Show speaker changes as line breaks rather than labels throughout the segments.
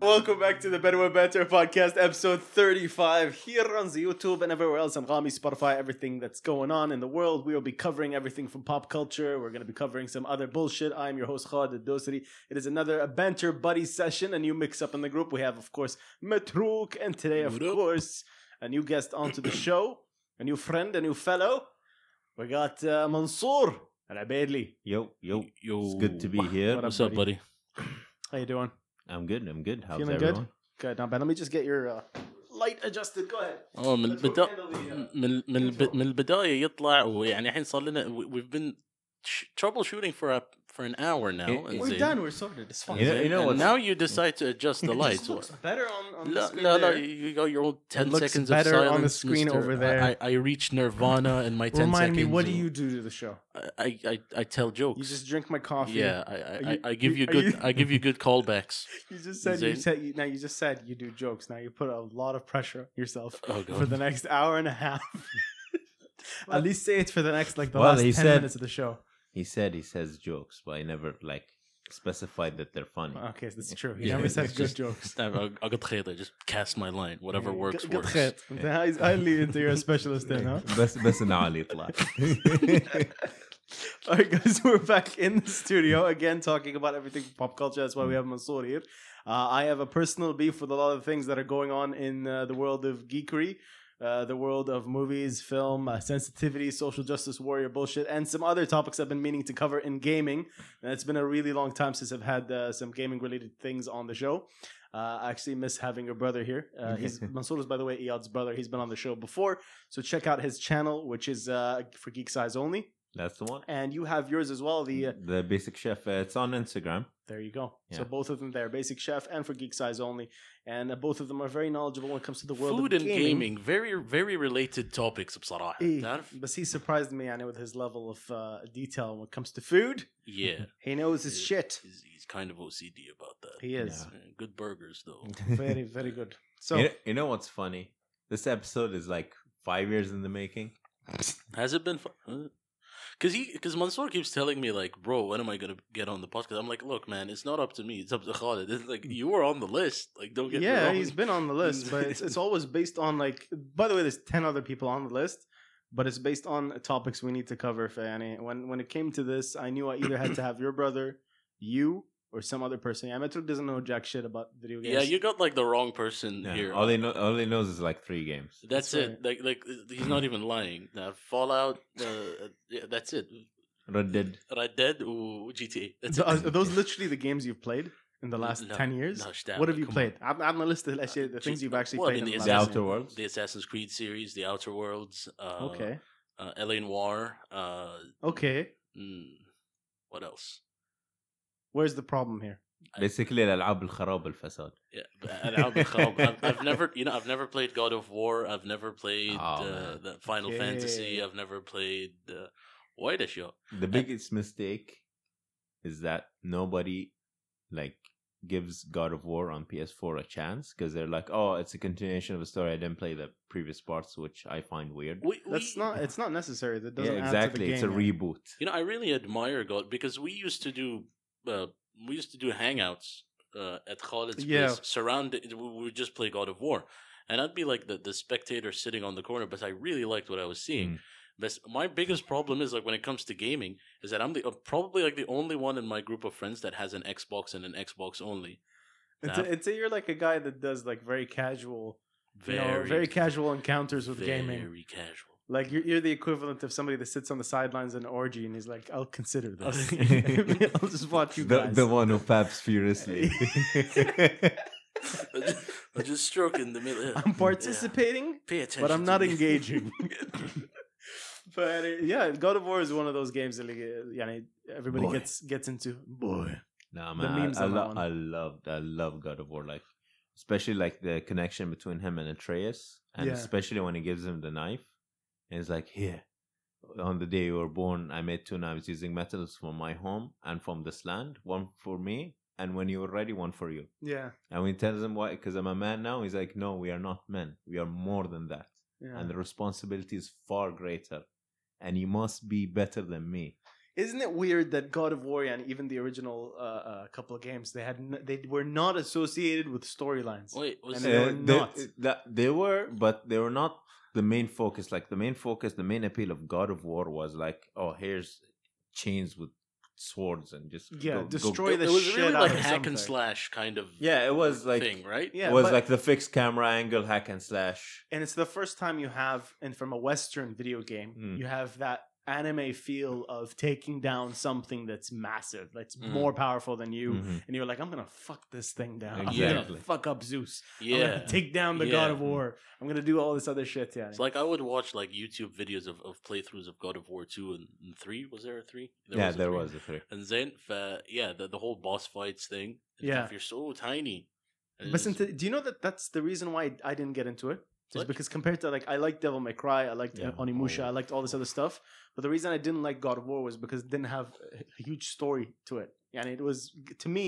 welcome back to the Bedouin Banter Podcast, episode 35. Here on the YouTube and everywhere else, I'm Rami, Spotify, everything that's going on in the world. We will be covering everything from pop culture. We're going to be covering some other bullshit. I'm your host, Khalid Dosri. It is another a banter buddy session, a new mix up in the group. We have, of course, Matrouk, and today, of
What up?
course, a new guest onto the show, a new friend, a new fellow. We got uh, Mansoor Al-Abaidli.
Yo, yo.
Yo,
It's good to be here.
What
What's up, buddy?
How you doing?
I'm good. I'm good. How's
Feeling good?
everyone?
Good, not bad. Let me just get your uh, light adjusted. Go ahead.
اه Oh, من
Let's
البدا
handle the, uh,
من من الب- من البدايه يطلع ويعني الحين صار لنا we- we've been sh- troubleshooting for a, for an hour now.
It- it-
We're
زين.
done. We're sorted. It's fine.
You know- you know
And
what's-
now you decide to adjust the
It
lights.
just looks better on, on the
لا
screen
لا لا
there.
you got your old 10
looks
seconds of
better on
silence.
the screen
mister.
over there.
I, I, I reach Nirvana in my 10
Remind
seconds.
me, what do
of-
you do to the show?
I, I, I tell jokes.
You just drink my coffee.
yeah, I, I,
you-
I, I give you
are
good
you-
I give you good callbacks.
You just said you
Zayn?
said you, now. You just said you do jokes. Now you put a lot of pressure on yourself
Oh
for
god.
the next hour and a half. At least say it for the next like the
Well,
last
he
ten
said-
minutes of the show.
He said he says jokes, but he never like specified that they're funny.
Okay, that's true. He
Yeah,
never
it's
says good
just-
jokes.
I got just cast my line. Whatever
Yeah,
works
good- good
works.
shit. Then I, I lead into your specialist then, huh?
بس بس انا عالي يطلع
All right, guys, we're back in the studio again talking about everything pop culture. That's why we have Mansoor here. Uh, I have a personal beef with a lot of things that are going on in uh, the world of geekery, uh, the world of movies, film, uh, sensitivity, social justice warrior bullshit, and some other topics I've been meaning to cover in gaming. And it's been a really long time since I've had uh, some gaming related things on the show. Uh, I actually miss having your brother here. Uh, he's Mansoor is, by the way, Iyad's brother. He's been on the show before, so check out his channel, which is uh, for Geek Size only
That's the one.
and you have yours as well. The uh,
The basic chef. Uh, it's on Instagram.
Mm-hmm.
there you go. So
Yeah.
both of them there, Basic Chef and for Geek Size only, and uh, both of them are very knowledgeable when it comes to the world
Food
of
and gaming, very very related topics بصراحة.
إيه.
تعرف؟
But he surprised me, and with his level of uh, detail when it comes to food,
Yeah.
he knows his
Yeah.
shit.
He's, he's kind of OCD about that.
He is
Yeah, Good burgers though.
very, very good. So
you, know, you know what's funny? This episode is like five years in the making.
Has it been fun? Cause he, cause Mansoor keeps telling me like, bro, when am I gonna get on the podcast? I'm like, look, man, it's not up to me. It's up to Khalid. It's like you were on the list. Like, don't get me
Mm. yeah,
wrong.
he's been on the list, but it's, it's always based on like. By the way, there's ten other people on the list, but it's based on topics we need to cover. Fanny, when when it came to this, I knew I either had to have your brother, you, or some other person. Yeah, Metro doesn't know jack shit about video games.
yeah, you got like the wrong person
Yeah.
here.
All he know, all he knows is like three games.
that's
That's
it. Like, like he's not even lying. Uh, Fallout. Uh, yeah, that's it.
Red Dead.
Red Dead or GTA. That's
Th-
it.
are those literally the games you've played in uh, the last
No,
ten years?
no, Shtab,
what have you
come on.
played? I'm, I'm gonna list the, actually, the things
Gee,
you've actually
well, I
played.
mean,
in
the
the
The
last
Outer Worlds.
The Assassin's Creed series, the Outer Worlds. Uh,
Okay,
Uh, LA Noir. Uh,
okay.
mm, what else?
Where's the problem here?
Basically الالعاب الخراب الفساد.
Yeah, but ألعاب الخراب. I've, I've never, you know, I've never played God of War. I've never played
Oh,
uh,
man.
the Final
Yeah.
Fantasy. I've never played uh, White Show.
The biggest mistake is that nobody like gives God of War on PS4 a chance because they're like, oh, it's a continuation of a story. I didn't play the previous parts, which I find weird.
We,
That's
we-
not. It's not necessary. That
Yeah,
doesn't
exactly.
Add
It's
to
a
the game yet.
reboot.
You know, I really admire God because we used to do uh, we used to do hangouts uh, at Khalid's
Yeah.
place. Surrounded, we we would just play God of War, and I'd be like the, the spectator sitting on the corner. But I really liked what I was seeing.
Mm.
But my biggest problem is like when it comes to gaming is that I'm the uh, probably like the only one in my group of friends that has an Xbox and an Xbox only.
It's a,
Yeah.
it's a, you're like a guy that does like very casual,
Very
very, you know, very casual encounters with
very
gaming.
casual.
Like you're, you're the equivalent of somebody that sits on the sidelines in an orgy and he's like, "I'll consider this. I'll just watch you
The,
guys."
the one who paps furiously.
I just, I just stroke in the middle. yeah.
I'm participating,
Pay attention,
but I'm
to
not
me.
engaging. but uh, yeah, God of War is one of those games that like, uh, yeah, everybody
Boy.
gets gets into. Boy,
nah,
The
man,
memes
I, I,
on that
lo-
one.
I loved, I love God of War, like especially like the connection between him and Atreus, and
Yeah.
especially when he gives him the knife, and he's like, "Here, on the day you were born, I made two knives using metals from my home and from this land, one for me, and when you were ready, one for you."
yeah,
And when he tells him why, because I'm a man now, he's like, "No, we are not men. We are more than that."
yeah.
and the responsibility is far greater and you must be better than me
Isn't it weird that God of War and even the original uh, uh, couple of games they had n- they were not associated with storylines?
Wait, was
And
Uh,
they were
they,
not.
that- they were, but they were not the main focus. Like the main focus, the main appeal of God of War was like, oh, here's chains with swords and just
Yeah, destroy
it,
the
it was
shit
really
out
like
of
hack
something.
and slash kind of
Yeah, it was like
thing, right?
Yeah,
was
but-
like the fixed camera angle hack and slash.
and it's the first time you have and from a western video game
Mm.
you have that anime feel of taking down something that's massive that's
Mm.
more powerful than you
Mhm.
and you're like i'm gonna fuck this thing down i'm
Exactly.
gonna fuck up zeus i'm
Yeah.
gonna take down the god
Yeah.
of war i'm gonna do all this other shit yeah
It's like I would watch like YouTube videos of, of playthroughs of God of War 2 and, and 3. Was there a 3?
yeah,
a
there
three.
was a three.
And then, uh, yeah, the, the whole boss fights thing. And
Yeah.
If you're so tiny. and
but
it's-
since do you know that that's the reason why i didn't get into it is
What?
because compared to like i liked devil may cry i liked
Yeah.
onimusha
Oh.
i liked all this other stuff but the reason i didn't like god of war was because it didn't have a huge story to it and it was to me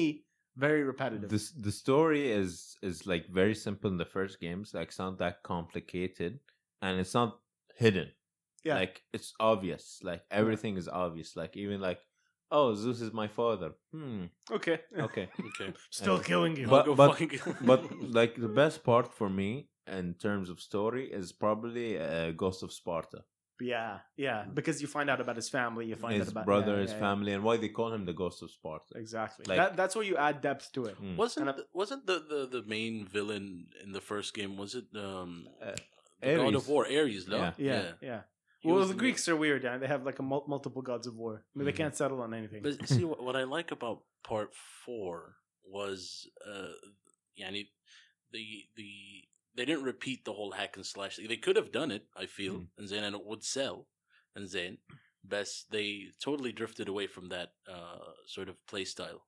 very repetitive
The the story is is like very simple in the first games. Like it's not that complicated, and it's not hidden.
Yeah.
like it's obvious. Like everything is obvious. Like even like, oh, Zeus is my father. Hmm.
okay
Okay.
Okay.
Still
Uh,
killing you.
But-
I'll go
but-
fucking-
but like the best part for me in terms of story is probably uh, Ghost of Sparta.
yeah, yeah. Because you find out about his family, you find
his
out about
brother,
yeah,
his
yeah, yeah.
family, and why they call him the Ghost of Sparta.
Exactly.
Like-
that, that's where you add depth to it.
Mm.
Wasn't
And I-
the, wasn't the, the, the main villain in the first game? Was it um,
Uh,
the God
Ares.
of War Ares? No?
Yeah.
Yeah, yeah.
He
Well,
was
the
in
Greeks are weird, and they have like a mul- multiple gods of war. I mean, they
Mhm.
can't settle on anything.
But see, what, what I like about part four was, uh, yani, the the they didn't repeat the whole hack and slash. thing. They could have done it, I feel,
Hmm.
Mm.
and then and it would sell, and then best they totally drifted away from that uh, sort of play style.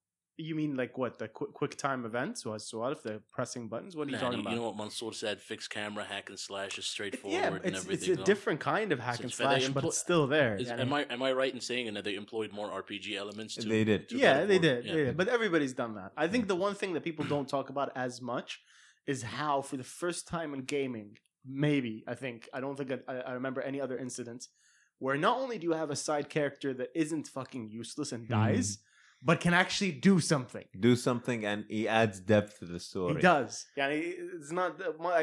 you mean like what the quick, quick time events? So, so what if they're pressing buttons? What are you
Nah,
talking
you,
about?
know what Mansour said: fixed camera hack and slash is
It-
straightforward
yeah,
and
it's, it's
everything.
a
no?
different kind of hack
So
and
it's very
slash, but
impl-
it's still there.
Is,
yeah,
am I am I right in saying that they employed more RPG elements? To,
They did.
to God
yeah,
of
they
War?
did.
Yeah.
they did. But everybody's done that. I think the one thing that people don't talk about as much is how, for the first time in gaming, maybe, I think, I don't think I, I remember any other incident where not only do you have a side character that isn't fucking useless and dies,
Hmm.
but can actually do something.
Do something, and he adds depth to the story.
He does. Yeah, he- it's not.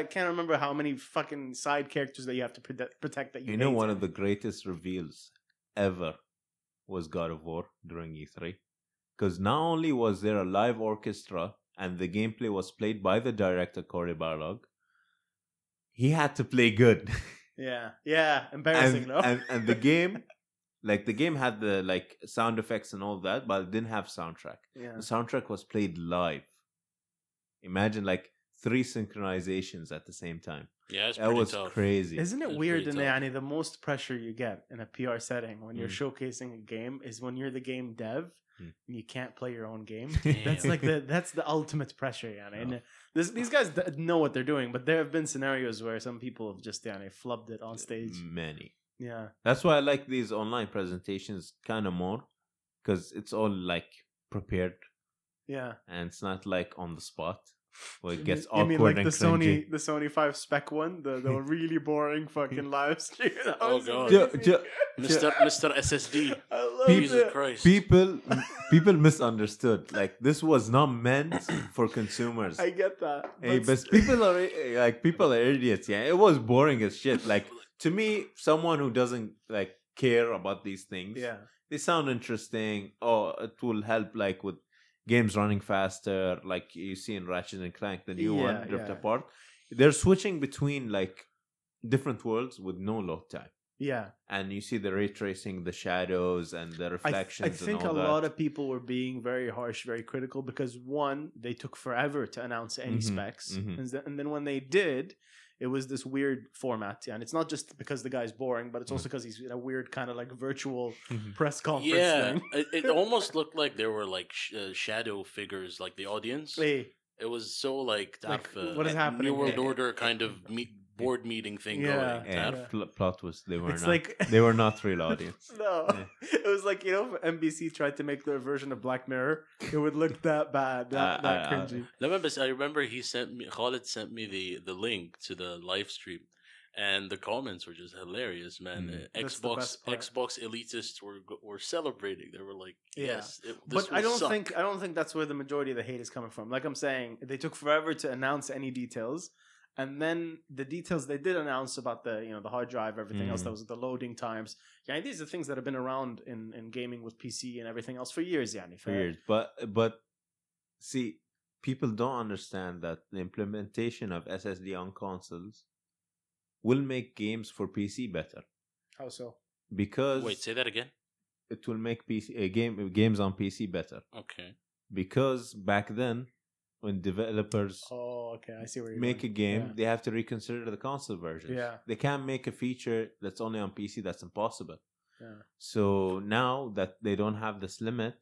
I can't remember how many fucking side characters that you have to protect. protect that you,
You know,
hate.
one of the greatest reveals ever was God of War during E3. Because not only was there a live orchestra and the gameplay was played by the director, Corey Barlog, he had to play good.
Yeah, yeah, embarrassing
and,
though.
and, and the game, like the game had the like sound effects and all that, but it didn't have soundtrack.
yeah.
The soundtrack was played live. Imagine like three synchronizations at the same time.
Yeah, it's
That
pretty
was
tough.
crazy.
Isn't
It's
it weird,
pretty
and
tough.
yani, the most pressure you get in a PR setting when you're showcasing a game is when you're the game dev
Mm.
and you can't play your own game.
Damn.
That's like the that's the ultimate pressure, yani. And this, these guys d- know what they're doing, but there have been scenarios where some people have just yani flubbed it on stage.
Many.
Yeah,
That's why I like these online presentations kind of more because it's all like prepared
yeah.
and it's not like on the spot where
You
it gets
mean- you
awkward
mean like
and
the
cringy.
Sony the Sony Five spec one, the, the really boring fucking live stream. That
Oh,
was
God.
Ju-
amazing.
ju-
Mister Mister SSD.
I love
Jesus
it.
Christ.
people, people misunderstood. Like this was not meant for consumers.
I get that.
Hey, but people are i- like people are idiots. Yeah, it was boring as shit. Like to me, someone who doesn't like care about these things,
yeah,
they sound interesting. Oh, it will help like with games running faster, like you see in Ratchet and Clank, the new
Yeah,
one, Rift
yeah.
Apart. They're switching between like different worlds with no load time.
yeah.
And you see the ray tracing, the shadows, and the
I, th-
reflections.
I think a
and all
lot
that.
of people were being very harsh, very critical because one, they took forever to announce any
Mhm,
specs,
mhm.
And, th- and then when they did, it was this weird format. Yeah, and it's not just because the guy's boring, but it's
Mm-hmm.
also because he's in a weird kind of like virtual
Mhm.
press conference
Yeah,
thing.
it, it almost looked like there were like sh- uh, shadow figures, like the audience.
Hey,
It was so like,
Like,
tough, uh,
what is happening
New World
here?
Order kind of meet, board meeting thing
Yeah.
going.
yeah,
tough.
Yeah.
pl- plot was they were
it's
not
like
they were not real audience.
No,
Yeah.
it was like you know, if NBC tried to make their version of Black Mirror, it would look that bad, that,
Uh,
that
I- I-
cringy.
I remember, I remember he sent me Khalid sent me the the link to the live stream, and the comments were just hilarious, man.
Mm.
Uh,
That's the
Xbox
best part.
Xbox elitists were go- were celebrating. They were like,
Yeah.
"Yes, it, this
But I
will
don't
suck.
think I don't think that's where the majority of the hate is coming from. Like I'm saying, they took forever to announce any details, and then the details they did announce about the you know the hard drive, everything else
Mhm.
that was the loading times. Yeah, these are things that have been around in, in gaming with PC and everything else for years. Yeah,
for years. But but see, people don't understand that the implementation of SSD on consoles will make games for PC better
How so?
because
Wait, say that again.
it will make PC uh, game games on PC better
Okay,
because back then when developers
Oh, okay, I see where you're
make a
going.
game,
Yeah.
they have to reconsider the console version.
Yeah.
They can't make a feature that's only on PC. That's impossible.
Yeah.
So now that they don't have this limit,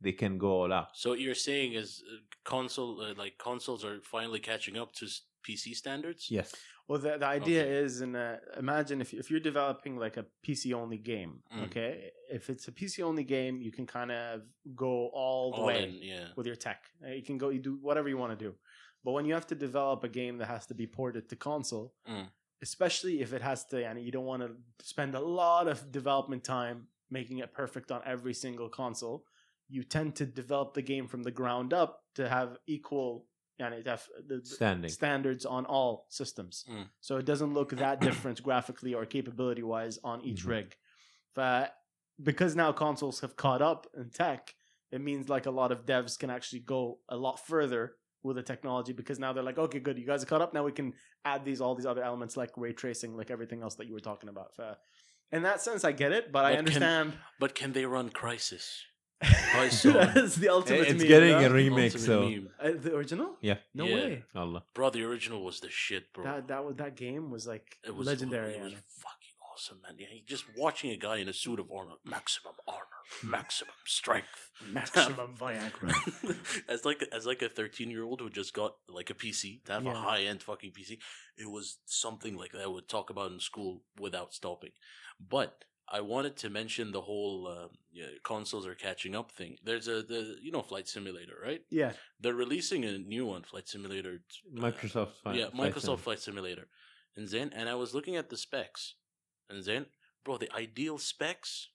they can go all out.
so what you're saying is uh, console uh, like consoles are finally catching up to s- PC standards.
Yes.
Well, the, the idea
Okay.
is, and uh, imagine if if you're developing like a PC only game,
Mm.
okay? If it's a PC only game, you can kind of go all the
All
way
in, yeah.
with your tech. Uh, You can go, you do whatever you want to do. But when you have to develop a game that has to be ported to console,
Mm.
especially if it has to, and you don't want to spend a lot of development time making it perfect on every single console, you tend to develop the game from the ground up to have equal, and to have the, the-
Standing.
standards on all systems.
Mm.
So it doesn't look that different graphically or capability wise on each
Mhm.
rig. But because now consoles have caught up in tech, it means like a lot of devs can actually go a lot further with the technology because now they're like, okay, good, you guys are caught up. Now we can add these all these other elements like ray tracing, like everything else that you were talking about. Uh, in that sense, I get it, but, I
But can-
understand.
But can they run Crisis? so-
That's the ultimate.
It's
meme,
getting
you
a
know?
remake,
Ultimate
so
meme.
Uh, the original?
yeah.
No
Yeah.
way.
Allah.
bro, the original was the shit, bro.
That that was that game was like
it was
legendary.
It was
yeah.
fucking awesome, man. Yeah, just watching a guy in a suit of armor, maximum armor, maximum strength,
Maximum Viagra.
as like as like a thirteen year old who just got like a PC to have a
Yeah.
high end fucking PC, it was something like that I would talk about in school without stopping. But I wanted to mention the whole uh, yeah, consoles are catching up thing. There's a the you know Flight Simulator, right?
Yeah.
They're releasing a new one, Flight Simulator. uh,
Microsoft. fi-
yeah,
Flight
Microsoft
Sim.
Flight Simulator. And Zen, and I was looking at the specs. And Zen, bro, the ideal specs,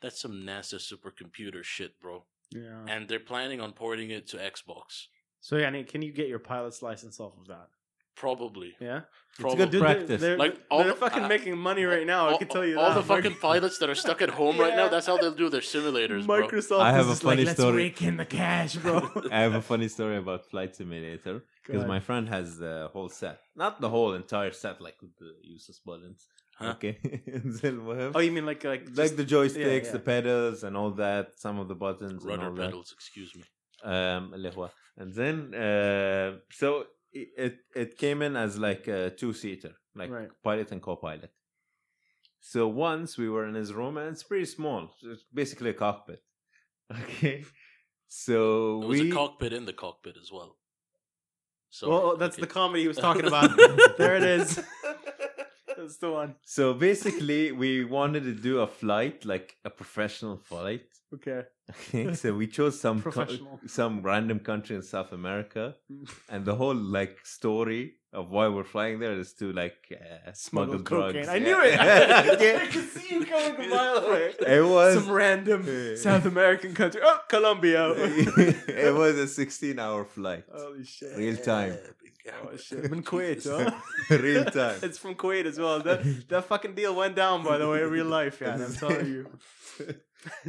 that's some NASA supercomputer shit, bro.
Yeah.
And they're planning on porting it to Xbox.
So yeah, I mean, can you get your pilot's license off of that?
Probably.
Yeah.
Probably.
good Dude, practice.
They're,
Like,
like
all
they're
the-
fucking
I-
making money right now. I
All-
can tell you
All
that.
the fucking pilots that are stuck at home right now,
Yeah.
that's how they'll do their simulators, bro.
Microsoft.
I have
is
a
just like,
funny
Let's
story.
rake in the cash, bro.
I have a funny story about Flight Simulator because
God.
my friend has the whole set, not the whole entire set, like with the useless buttons.
Huh?
Okay, زي المهم.
Oh, you mean like like
like
just,
the joysticks,
yeah.
the pedals, and all that. Some of the buttons
Rudder
and all
pedals, excuse me.
that. Um, اللي هو. and then uh, so it it- it came in as like a two seater, like
right?
pilot and co-pilot. So once we were in his room, and it's pretty small. So It's basically a cockpit. Okay. So
There was
we
a cockpit in the cockpit as well. So
well, oh, that's the comedy he was talking about. there it is. That's the one.
so basically we wanted to do a flight, like a professional flight.
Okay.
Okay. So we chose some Um, co-
Professional.
some random country in South America, and the whole like story of why we're flying there is to like uh, smuggle
Smuggled cocaine.
drugs.
I
Yeah.
knew it. I
Yeah.
could see you coming a mile away.
It was
Some random
Yeah.
South American country. Oh, Colombia.
it was a 16 hour flight.
Holy shit.
Real time.
Oh, shit. I'm in Kuwait, huh?
Real time.
it's from Kuwait as well. That that fucking deal went down, by the way, in real life. Yeah, I'm telling you.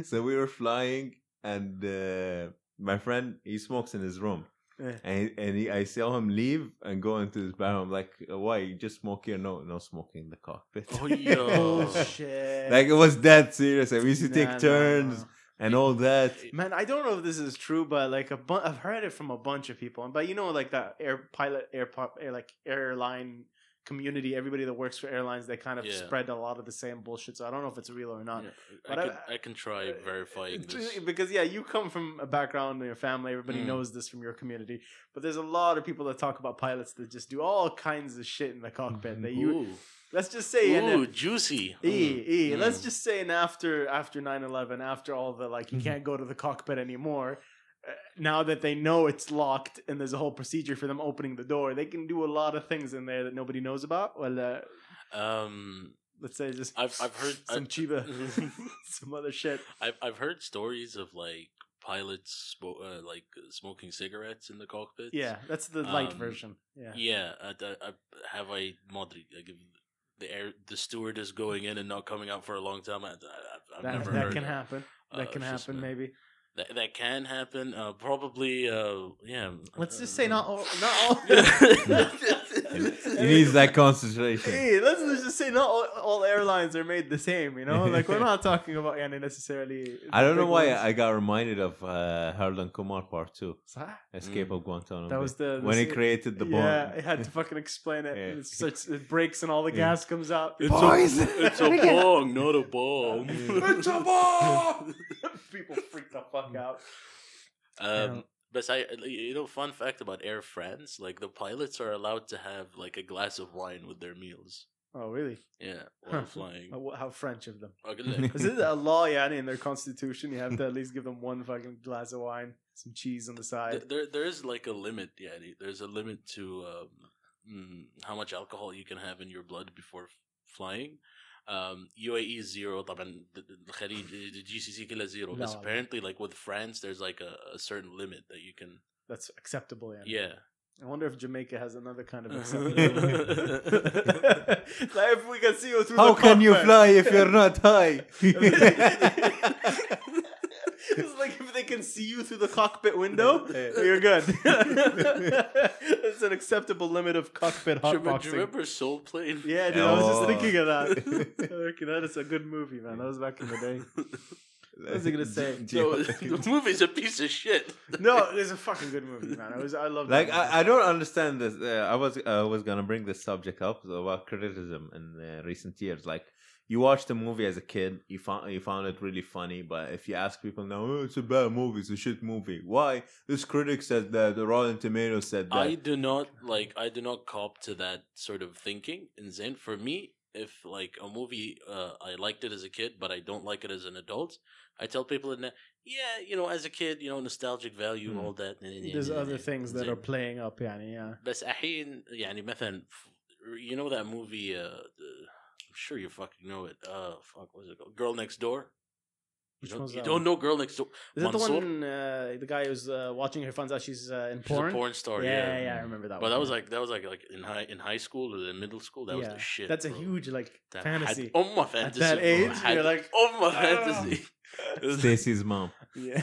so we were flying, and uh, my friend, he smokes in his room.
Yeah.
And, and he, I saw him leave and go into his bathroom. I'm like, why? You just smoke here? No, no smoking in the cockpit.
Oh, yo.
Oh shit!
like, it was that serious. And we used to
Nah,
take
nah,
turns and all that.
nah. Man, I don't know if this is true, but like a bu- I've heard it from a bunch of people. But you know, like that air pilot, air, pop, air like airline community, everybody that works for airlines, they kind of
Yeah.
spread a lot of the same bullshit. So I don't know if it's real or not.
Yeah, I,
But I-
can, I can try
uh,
verifying this.
Just- Because yeah, you come from a background in your family, everybody
Mm.
knows this from your community. But there's a lot of people that talk about pilots that just do all kinds of shit in the cockpit. That you
Mm-hmm. Ooh,
let's just say an-
Ooh, juicy.
E, e,
Mm. Mm-hmm.
let's just say an after after 9-11, after all the like you
Mhm.
can't go to the cockpit anymore. uh, now that they know it's locked and there's a whole procedure for them opening the door, they can do a lot of things in there that nobody knows about. Well, uh,
Um,
let's say just
I've- I've heard-
some
I-
chiba, some other shit.
I've I've heard stories of like pilots smo- uh, like smoking cigarettes in the cockpit.
Yeah, that's the light
Um,
version. Yeah.
Yeah, I, I, I, have I Madri like, if the air the stewardess going in and not coming out for a long time. I, I, I've
that
never
that
heard
can
of.
happen. That
Oh,
Uh,
can
it's just,
happen,
uh,
maybe.
That, that can happen. Uh, probably. Uh, yeah.
Let's
uh,
just say not all. Not all
It needs that concentration.
Hey, let's let's just say not all, all airlines are made the same. You know, like we're not talking about yani necessarily.
I don't know
big
why
ones.
I got reminded of uh, Harold and Kumar Part Two,
Sah?
Escape of Guantanamo.
ah, Mm. That was
Bay.
the, the
when he
sa-
created the bomb.
Yeah, I had to fucking explain it.
Yeah.
It, starts, it breaks and all the
Yeah.
gas comes out.
It's
Boys!
a it's a bong, not a bomb.
It's a bomb! People freak the fuck out.
Um, but I, you know, fun fact about Air France: like the pilots are allowed to have like a glass of wine with their meals.
Oh, really?
Yeah, while
Huh. Mm-hmm.
flying.
How, Oh, how French of them.
Okay, look.
Is it a law, Yani, in their constitution? You have to at least give them one fucking glass of wine, some cheese on the
Th-
side.
Uh,
there there is like a limit, yeah. There's a limit to um, mm, how much alcohol you can have in your blood before f- flying. Um, UAE is zero, طبعاً the the Kharij- the GCC كلها zero.
لا
But
والله.
apparently, like with France, there's like a, a certain limit that you can.
That's acceptable, Yani.
Yeah,
I wonder if Jamaica has another kind of acceptable.
acceptable-
like if we can see you through
How
the
can you
cockpit.
fly if you're not high?
it's like if they can see you through the cockpit window, you're good. That's an acceptable limit of cockpit
do you, remember, do you
hotboxing.
remember Soul Plane?
Yeah, dude, I was
Oh.
just thinking of that. Okay, that is a good movie, man. That was back in the day. What was he gonna say?
No, the movie's a piece of shit.
No, it's a fucking good movie, man. I was, I love
like I, I don't understand this. Uh, I was I was gonna bring this subject up about criticism in uh, recent years. Like you watched the movie as a kid, you found you found it really funny, but if you ask people now, oh, it's a bad movie, it's a shit movie. Why? This critic said that. The Rotten Tomatoes said that.
I do not like. I do not cop to that sort of thinking. And Zen, for me, if like a movie, uh, I liked it as a kid, but I don't like it as an adult. I tell people that, yeah, you know, as a kid, you know, nostalgic value,
Hmm.
all that.
There's other things that
زين.
are playing up, يعني, yeah.
بس الحين يعني مثلا you know that movie uh, I'm sure you fucking know it uh fuck what was it called Girl Next Door you
Which
don't,
one's
you
that
don't
one?
know Girl Next Door
Is that the
Mansoor?
one uh, the guy who's uh, watching her finds out she's uh, in
She's
porn?
a porn star
yeah,
yeah
yeah, I remember that.
But
one.
that was
yeah.
like that was like like in high in high school or in middle school. That was
Yeah.
the shit.
that's a
bro.
huge like
That had
fantasy.
all my fantasy.
that
bro.
age,
Had
you're like, "Oh."
all my
"I don't
fantasy.
Stacy's mom.
Yeah,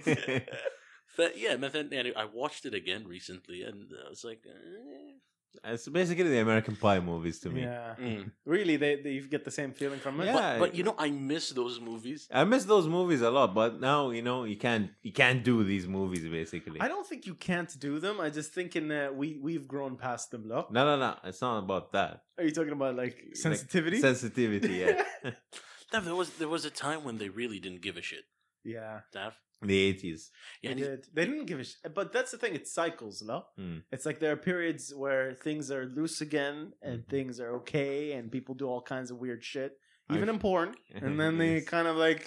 but yeah, but then anyway, I watched it again recently, and I was like, eh.
it's basically the American Pie movies to me.
yeah.
Mm.
Really, they, they you get the same feeling from it.
Yeah.
but, but you know, I miss those movies.
I miss those movies a lot, but now you know you can't you can't do these movies basically.
I don't think you can't do them. I just think in uh, we we've grown past them. No,
No, no, no. It's not about that.
are you talking about like
Like,
sensitivity?
Sensitivity, yeah.
Nah, There was there was a time when they really didn't give a shit.
yeah,
Daf.
the eighties.
Yeah,
they
and he- Hmm.
did. They didn't give a shit. But that's the thing. It's cycles, no.
Mm.
It's like there are periods where things are loose again and
Mm-hmm.
things are okay, and people do all kinds of weird shit, even
I've-
in porn. And then they
Yes.
kind of like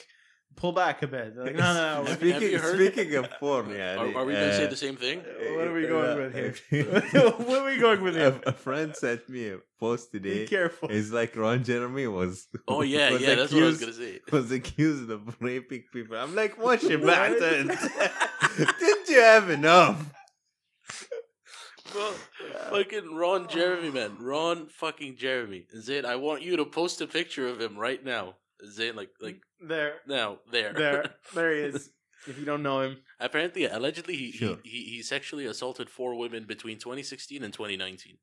pull back a bit. They're like, no, no, no. we're-
Have you
Speaking,
heard-
speaking of
Oh,
porn, uh, yeah.
are, are we gonna say the same thing?
What are we going with here?
here?
Where are we going with
uh, a,
it?
a friend sent me a post
Be
today.
careful.
It's like Ron Jeremy was.
Oh yeah,
was
yeah. That's what I was
accused-
gonna say.
Was accused of raping people. I'm like, what you
What?
Didn't you have enough?
Bro, fucking Ron Jeremy, man. Ron fucking Jeremy. Zayn, I want you to post a picture of him right now. Zayn, like, like
There,
now, there.
Mm. there, there he is. If you don't know him,
Apparently, yeah, allegedly, he,
Sure.
he, he he sexually assaulted four women between 2016 and 2019.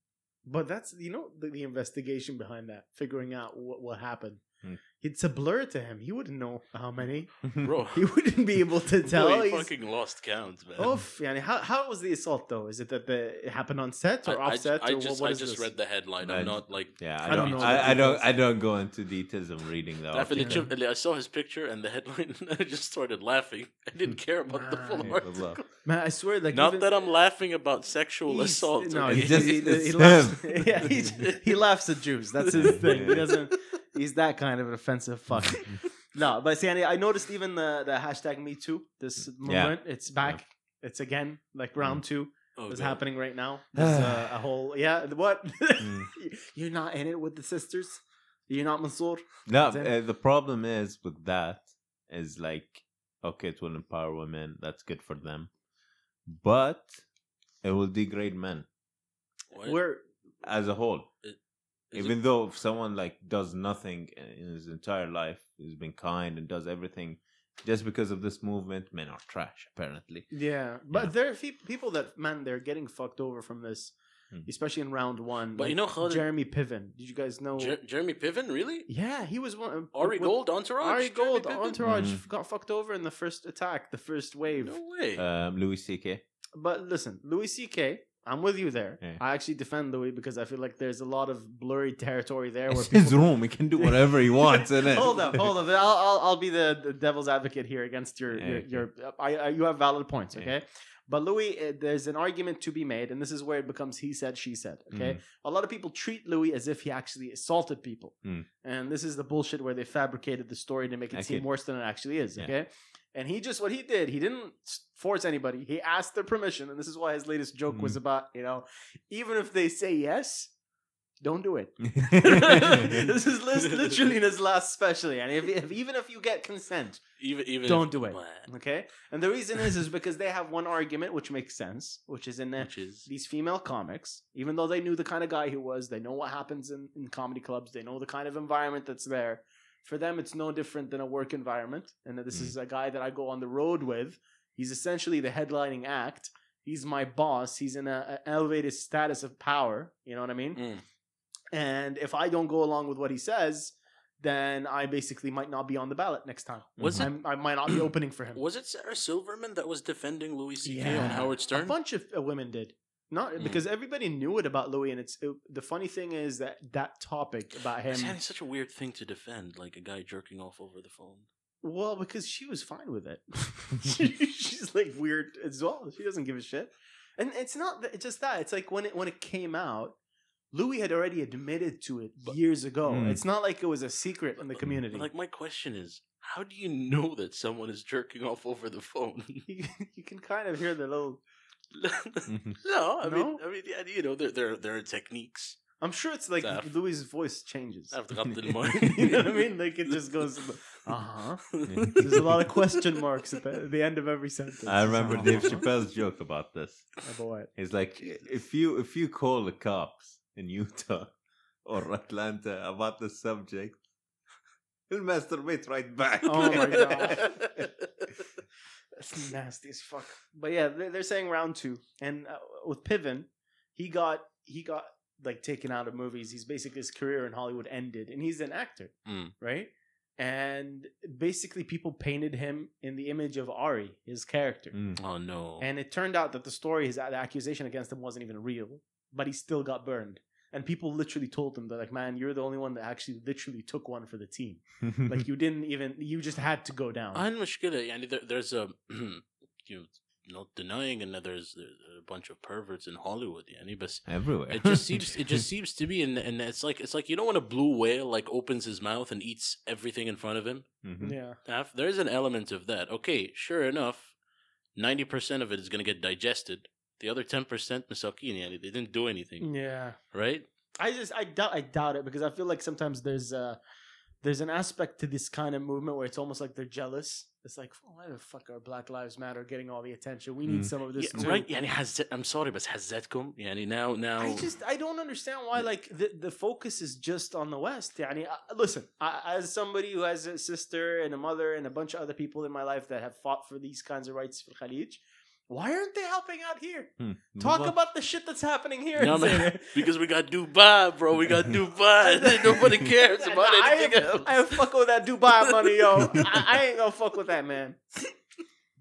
but that's you know the, the investigation behind that, figuring out what what happened.
Hmm.
It's a blur to him. He wouldn't know how many.
Bro,
He wouldn't be able to Hmm. tell.
bro, he
He's-
fucking lost count, man.
Oof, yani, how how was the assault though? Is it that the it happened on set
I,
or
I,
offset?
I
or
just,
what,
I
what is
just
this?
read the headline.
I-
I'm not like.
Yeah,
I
I
don't
don't.
know
I,
the
I don't.
details.
I don't go into details. I'm reading
Oh,
that.
I,
yeah.
legit- I saw his picture and the headline, and I just started laughing. I didn't care about the full
Nice.
article.
Man, I swear, like
Not
even-
that I'm laughing about sexual
he's-
assault.
No,
okay?
he
It's
just he,
just-
he
it's
laughs.
him.
yeah, he, he laughs at Jews. That's his thing. He doesn't. He's that kind of an offensive fuck. No, but see, and I noticed even the, the hashtag Me Too this
Mm.
movement. It's back. It's again like round
Mm.
two
Oh,
is
God.
happening right now. There's uh, a whole yeah. What?
Mm.
You're not in it with the sisters. You're not Mansoor.
No,
Then-
uh, the problem is with that is like, okay, it will empower women. That's good for them, but it will degrade men
What?
We're
as a whole.
Is
Even
it-
though if someone like does nothing in his entire life, has been kind and does everything, just because of this movement, men are trash. Apparently,
yeah, but there are fe- people that man they're getting fucked over from this,
Mm.
especially in round one.
But you
like
know how the-
Jeremy Piven. Did you guys know?
Jer- Jeremy Piven, really?
yeah, he was one.
Ari
with-
Gold, Entourage.
Ari
Jeremy
Gold,
Piven?
Entourage
Mhm.
got fucked over in the first attack, the first wave.
No way.
Uh,
um, Louis C.K.
But listen, Louis C.K. I'm with you there.
Yeah.
I actually defend Louis because I feel like there's a lot of blurry territory there. Where
It's
people...
his room; he can do whatever he wants. in it.
hold up, hold up. I'll, I'll, I'll be the, the devil's advocate here against your
Yeah,
your,
okay.
your I, I, you have valid points,
Yeah.
okay? But Louis, uh, there's an argument to be made, and this is where it becomes he said, she said. Okay, a lot of people treat Louis as if he actually assaulted people,
Mm.
and this is the bullshit where they fabricated the story to make it
I
seem
could-
worse than it actually is.
Yeah.
Okay, and he just what he did, he didn't s- force anybody. He asked their permission, and this is why his latest joke
Mm.
was about you know, even if they say yes, don't do it. this is lis- literally in his last special, and if, if even if you get consent,
even even
don't
if-
do it.
Man,
okay. And the reason is is because they have one argument which makes sense, which is in that
which is
these female comics, even though they knew the kind of guy he was, they know what happens in, in comedy clubs, they know the kind of environment that's there. For them, it's no different than a work environment, and that this
Mm.
is a guy that I go on the road with. He's essentially the headlining act. He's my boss. He's in an elevated status of power. You know what I mean?
Mm.
And if I don't go along with what he says, then I basically might not be on the ballot next time.
Was it-
I'm, I might not be opening for him.
was it Sarah Silverman that was defending Louis C.K.
Mm-hmm. Yeah.
on Howard
A
Stern?
bunch of uh, women did. Not
Mm.
because everybody knew it about Louis, and it's it, the funny thing is that that topic about him.
It's kind of such a weird thing to defend, like a guy jerking off over the phone.
Well, because she was fine with it. She- She's like weird as well. She doesn't give a shit, and it's not that, it's just that. It's like when it when it came out, Louis had already admitted to it
But- Hmm.
years ago.
Mm.
It's not like it was a secret in the
But-
community.
But like my question is, how do you know that someone is jerking off over the phone?
you, can- you can kind of hear the little.
no, I mean,
No?
I mean, yeah, you know, there there there are techniques.
I'm sure it's like
Zaff.
Louis's voice changes.
I've got the
you know what I mean? Like it just goes. Uh huh. There's a lot of question marks at the, the end of every sentence.
I remember
Uh-huh.
Dave Chappelle's joke about this.
About what?
It's like if you if you call the cops in Utah or Atlanta about the subject, he'll masturbate right back.
Oh my God. That's nasty as fuck. But yeah, they're, they're saying round two, and uh, with Piven, he got he got like taken out of movies. He's basically his career in Hollywood ended, and he's an actor,
Hmm.
Mm.
right? And basically, people painted him in the image of Ari, his character,
Mm.
Oh no!
and it turned out that the story, his the accusation against him wasn't even real, but he still got burned. And people literally told him that, like, man, you're the only one that actually literally took one for the team. Like, you didn't even, you just had to go down.
I'm مشكلة يعني there, there's a you know, not denying and there's a bunch of perverts in Hollywood يعني but
everywhere.
it just seems it just seems to be and and it's like it's like you know when a blue whale like opens his mouth and eats everything in front of him
Mhm.
Yeah.
Af- there's an element of that okay sure enough 90% of it is going to get digested the other 10% مساكين يعني they didn't do anything
Yeah.
right
I just I doubt I doubt it because I feel like sometimes there's uh there's an aspect to this kind of movement where it's almost like they're jealous. It's like why the fuck are Black Lives Matter getting all the attention? We need
Mm.
some of this
yeah,
too.
right يعني حز... I'm sorry but حزتكم يعني now now
I just I don't understand why like the, the focus is just on the West. Yeah, I mean, I- listen, I, as somebody who has a sister and a mother and a bunch of other people in my life that have fought for these kinds of rights for Khalij, why aren't they helping out here?
Hmm.
Talk
Well,
about the shit that's happening here.
No,
and
man.
say-
Because we got Dubai, bro. We got Dubai. Nobody cares
I
about anything
have-
else.
I don't fuck with that Dubai money, yo. I, I ain't gonna fuck with that, man.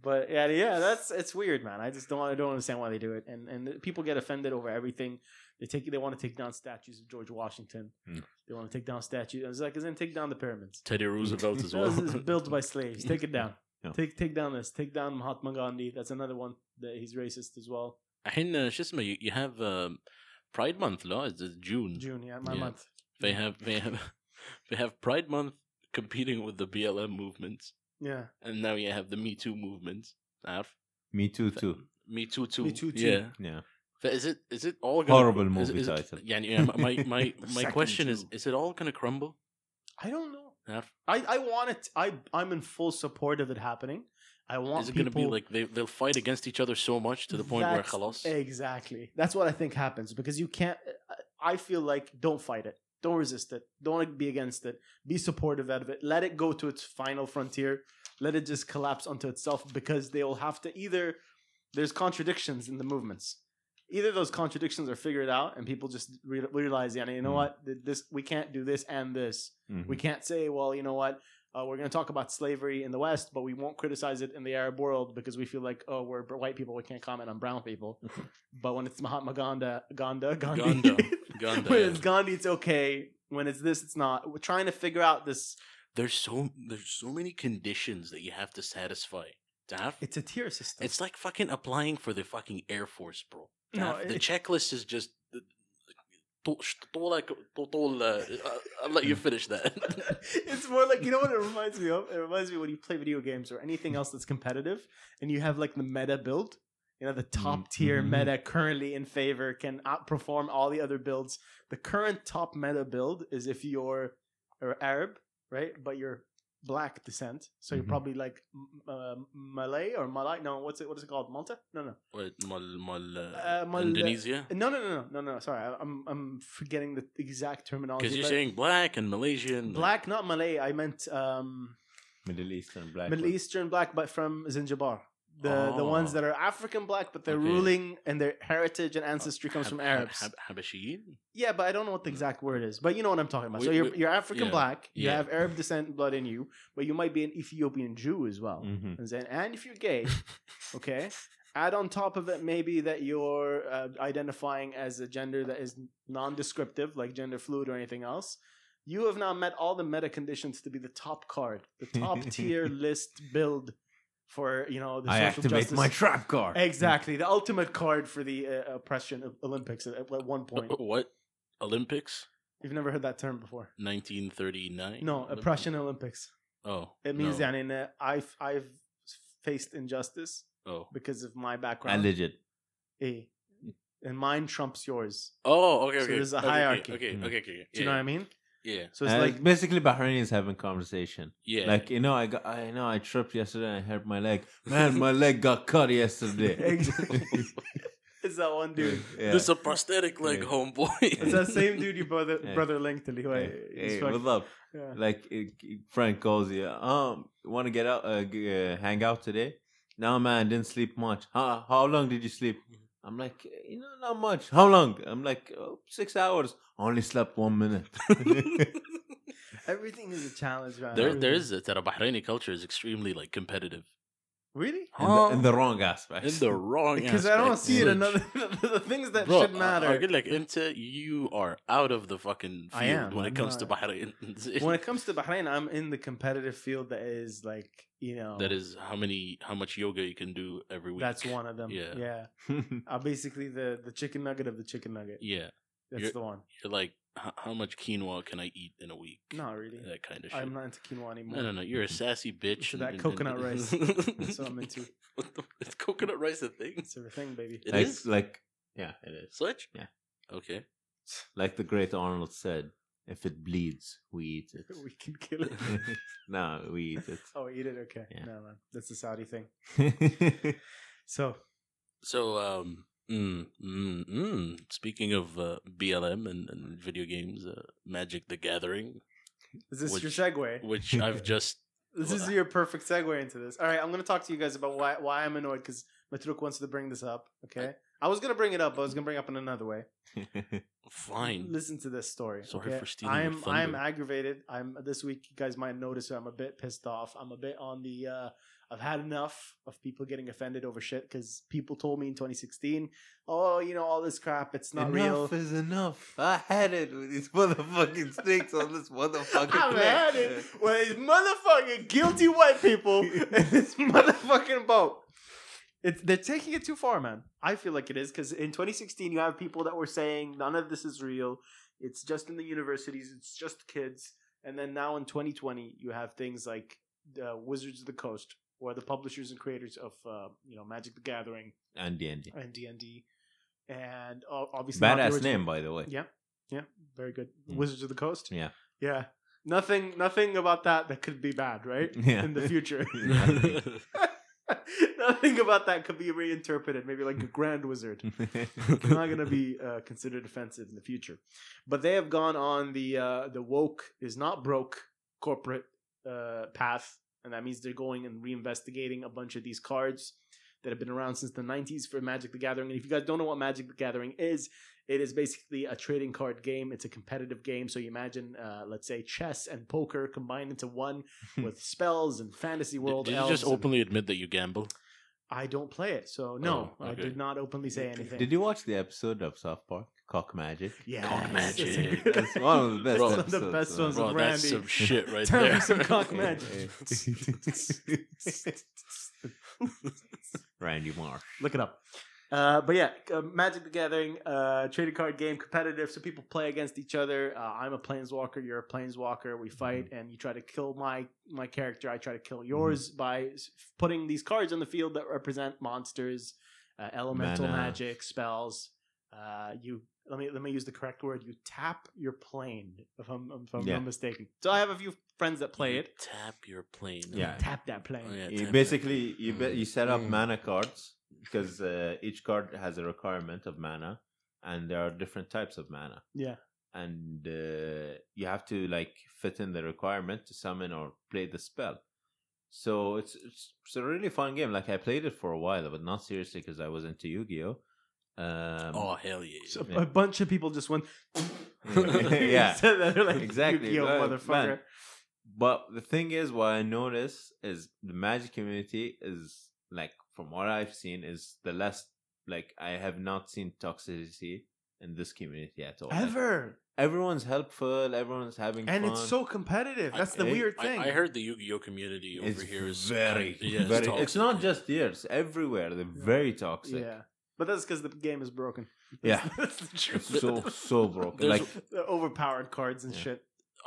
But yeah, yeah, that's it's weird, man. I just don't I don't understand why they do it, and and people get offended over everything. They take they want to take down statues of George Washington.
Hmm.
Mm.
They want to take down statues. I was like, then take down the pyramids.
Teddy Roosevelt as well.
This is built by slaves. Take it down.
Yeah.
Take take down this. Take down Mahatma Gandhi. That's another one that he's racist as well.
الحين آه، شو اسمه uh, you, you have um, Pride Month, law. It's June.
June, yeah, my
Hmm. Yeah.
month.
They have they have they have Pride Month competing with the BLM movements,
Yeah.
and now you have the Me Too movements. عارف?
Me too, too.
Me Too too.
Me Too too.
Yeah.
Yeah.
Is it is it all gonna
Horrible
is-
movie
is it-
title.
Yeah, yeah, my my my
Second
question is:
Jew.
Is it all gonna crumble?
I don't know.
عارف?
I, I want it. I I'm in full support of it happening. I want.
Is it gonna be
people-
like they they'll fight against each other so much to the point where
That's-
خلاص?
Exactly. That's what I think happens because you can't. uh, I feel like don't fight it. Don't resist it. Don't be against it. Be supportive of it. Let it go to its final frontier. Let it just collapse onto itself because they will have to either. There's contradictions in the movements. Either those contradictions are figured out and people just re- realize, yeah, you know
Mm.
what, Th- this we can't do this and this.
Mhm.
We can't say, well, you know what, uh, we're going to talk about slavery in the West, but we won't criticize it in the Arab world because we feel like, oh, we're br- white people, we can't comment on brown people.
Mm-hmm.
but when it's Mahatma Gandhi, Gandhi, Gandhi,
Gandhi. Gandhi,
when
yeah.
it's Gandhi, it's okay. When it's this, it's not. We're trying to figure out this.
There's so there's so many conditions that you have to satisfy. تعرف?
It's a tier system.
It's like fucking applying for the fucking Air Force, bro.
No,
Nah, the
it-
checklist is just. uh, طول- طولك- طول- uh, I'll let you finish that.
it's more like you know what it reminds me of. It reminds me when you play video games or anything else that's competitive, and you have like the meta build. You know, the
Mm,
top tier
mm-hmm.
Mhm.
meta currently in favor can outperform all the other builds. The current top meta build is if you're or Arab, right? But you're black descent, so
Mm-hmm.
you're
Mhm.
probably like m- uh, Malay or Malay. No, what's it? What is it called? Malta? No, no,
Wait, mal- mal-
Uh, mal-
Indonesia?
no, no, no, no, no. no sorry, I- I'm I'm forgetting the exact terminology.
Because you're
but
saying black and Malaysian.
black, not Malay. I meant um,
Middle Eastern black.
Middle
one.
Eastern black, but from Zanzibar. The the ones
Oh.
that are African black, but they're
Okay.
ruling and their heritage and
Uh,
ancestry comes
Hab-
from
Hab-
Arabs.
Hab- Habashiyin?
yeah, but I don't know what the exact word is. But you know what I'm talking about.
We-
so you're
we-
you're African
yeah,
black. You
yeah.
have Arab descent and blood in you, but you might be an Ethiopian Jew as well.
Mhm.
And then, and if you're gay, okay. Add on top of it maybe that you're uh, identifying as a gender that is non-descriptive, like gender fluid or anything else. You have now met all the meta conditions to be the top card, the top tier list build for you know the
I
social
activate
justice.
my trap card.
exactly the ultimate card for the uh, oppression of Olympics at, at
Oh,
one point.
What? Olympics?
You've never heard that term before.
1939?
No, oppression Olympics.
Oh.
It means
no.
that in uh, I've I've faced injustice
Oh.
because of my background.
Mm-hmm. I legit.
A. And mine trumps yours.
Oh, okay,
So
okay.
there's a
okay, okay,
hierarchy. Hmm.
Okay,
Mm.
okay, okay. okay.
Do you know what I mean?
Yeah.
So it's
Uh,
like
basically Bahraini is having conversation.
Yeah.
Like you know, I got, I know I tripped yesterday. and I hurt my leg. Man, my leg got cut yesterday.
Exactly. it's that one dude.
Yeah.
This a prosthetic leg,
It's
Yeah.
homeboy.
that same dude your brother
Hey.
brother linked to. Who I,
Hey,
he's
hey,
fuck-
what's up?
yeah.
Like it, it- Frank calls you. Um, want to get out, uh, g- uh, hang out today? No, man, didn't sleep much. How how long did you sleep?
Mm-hmm.
I'm like, "Eh, you know, not much. How long? I'm like, oh, six hours. Only slept one minute.
Everything is a challenge, man.
there,
Everything.
there is that a Bahraini culture is extremely like competitive
really
in, the, in the wrong aspect.
in the wrong.
because I don't
aspect.
see it
Such-
another the things that
Bro,
should
I, I
matter.
get like into you are out of the fucking field
I am,
when
I'm
it comes to
not-
Bahrain.
when it comes to Bahrain, I'm in the competitive field that is like you know
that is how many how much yoga you can do every week.
that's one of them.
Yeah.
yeah. I'm basically the the chicken nugget of the chicken nugget.
Yeah,
That's
You're-
the one.
you're like h- how much quinoa can I eat in a week?
Not really.
that kind of shit.
I'm not into quinoa anymore.
no, no, no. You're a sassy bitch.
Into that coconut rice. That's what I'm into.
What the, is coconut rice a thing?
It's a thing, baby.
It
like,
is?
like, yeah, it is.
Such?
Yeah.
Okay.
Like the great Arnold said, if it bleeds, we eat it.
We can kill it.
no, we eat
Oh, eat it. Okay.
Yeah.
No, man. That's the Saudi thing.
it.
So,
So, um, mm, mm, mm. speaking of uh, BLM and, and video games, uh, Magic the Gathering,
is this
Which-
your segue?
which I've just.
This is your perfect segue into this. All right. I'm going to talk to you guys about why, why I'm annoyed because Matruk wants to bring this up. Okay. I was going to bring it up, but I was going to bring it up in another way.
Mm. Fine.
Listen to this story.
Sorry
okay?
for stealing
I
your
am I am
thunder.
aggravated. I'm this week. You guys might notice I'm a bit pissed off. I'm a bit on the. uh I've had enough of people getting offended over shit because people told me in 2016, oh, you know, all this crap. It's not
enough
real.
is enough. I had it with these motherfucking snakes on this motherfucking
I've
plane.
had it with these motherfucking guilty white people in this motherfucking boat. It's, they're taking it too far, man. I feel like it is because in 2016, you have people that were saying none of this is real. It's just in the universities. It's just kids. And then now in 2020, you have things like uh, Wizards of the Coast, who are the publishers and creators of uh, you know Magic the Gathering
and D&D.
and D and D, and uh, obviously not the
Badass
original-
name, by the way.
Yeah, yeah, very good.
Mm.
Wizards of the Coast.
Yeah.
yeah. Nothing, nothing about that that could be bad, right?
Yeah.
In the future.
yeah,
Nothing about that could be reinterpreted. Maybe like a grand wizard. It's not going to be uh, considered offensive in the future. But they have gone on the uh, the woke is not broke corporate uh, path, and that means they're going and reinvestigating a bunch of these cards that have been around since the 90s for Magic the Gathering. And if you guys don't know what Magic the Gathering is, it is basically a trading card game. It's a competitive game. So you imagine, uh, let's say, chess and poker combined into one with spells and fantasy world.
Did you just
elves and-
openly admit that you gamble?
I don't play it, so no,
Oh,
I
okay.
did not openly say anything.
Did you watch the episode of South Park? Cock Magic.
Yeah,
Cock magic.
That's one of the
That's
best
one of the
episodes, uh,
best
man.
ones
Bro,
of
that's
Randy.
some shit right
Tell me
there.
some cock magic.
Yeah. Randy Marsh.
Look it up. Uh, but yeah, uh, Magic the Gathering, uh, trading card game, competitive. So people play against each other. Uh, I'm a planeswalker. You're a planeswalker.
Mm-hmm.
We fight, and you try to kill my my character. I try to kill yours
Mm-hmm.
by s- putting these cards on the field that represent monsters, uh, elemental
Mana.
magic spells. Uh, you let me let me use the correct word. You tap your plane, if I'm if I'm
Yeah. Mm-hmm.
not mistaken. So I have a few friends that play
You
it.
Tap your plane.
Yeah.
Tap that plane.
Oh, yeah,
You
tap
basically you
Mm.
be, you set up
Mm.
mana cards because uh, each card has a requirement of mana, and there are different types of mana.
Yeah.
and uh, you have to like fit in the requirement to summon or play the spell. So it's it's, it's a really fun game. Like I played it for a while, but not seriously because I was into Yu Gi Oh.
that.
Um,
Oh hell yeah!
So a bunch of people just went.
Yeah.
Said that, they're like,
Exactly.
Yu-Gi-Oh,
Uh,
motherfucker.
man. But the thing is, what I notice is the magic community is like, from what I've seen, is the less like I have not seen toxicity in this community at all. Like,
Ever.
everyone's helpful. Everyone's having
And
fun.
it's so competitive. That's the
I-
weird
I,
thing.
I heard the Yu-Gi-Oh community over
It's
here is
very,
kind- yeah,
very. It's
toxic,
not
yeah.
just here; it's everywhere. They're very toxic.
Yeah. But that's because the game is broken.
Yeah.
that's the truth.
It's so so broken.
There's-
Like
The overpowered cards and
Yeah.
shit.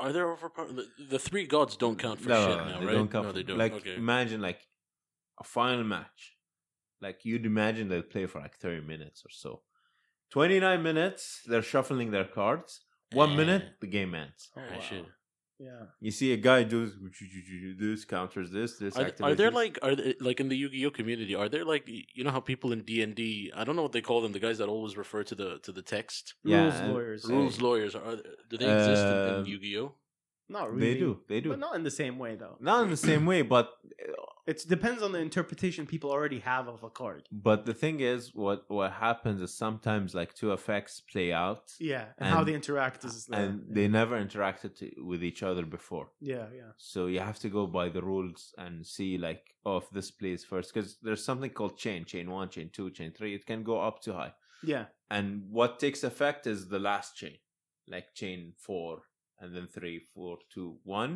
Are there overpowered? The, the three gods don't count for
no,
shit
no,
now,
they
right?
don't come.
no, they
from-
don't.
Like
okay.
imagine like a final match. Like you'd imagine they'll play for like thirty minutes or so. Twenty nine minutes, they're shuffling their cards. One
Eh.
minute, the game ends.
Oh,
wow.
shit.
Yeah.
You see a guy does this, counters this, this.
Are, are there
activates this.
like are there, like in the Yu-Gi-Oh community? Are there like you know how people in D and D? I don't know what they call them. The guys that always refer to the to the text.
Yeah,
rules
and
lawyers.
Sorry.
Rules lawyers are do they exist in, in
Um,
Yu-Gi-Oh?
Not really.
they do, they do.
But
Not,
not in the same way, though.
in the same way, but
It depends on the interpretation people already have of a card.
but the thing is, what what happens is sometimes like two effects play out,
Yeah. And, how
And-
they interact is. the-
and they never interacted to, with each other before.
Yeah, yeah.
So you have to go by the rules and see like oh if this plays first because there's something called chain, chain one, chain two, chain three. It can go up to high,
Yeah.
and what takes effect is the last chain, like chain four, and then three, four, two, one,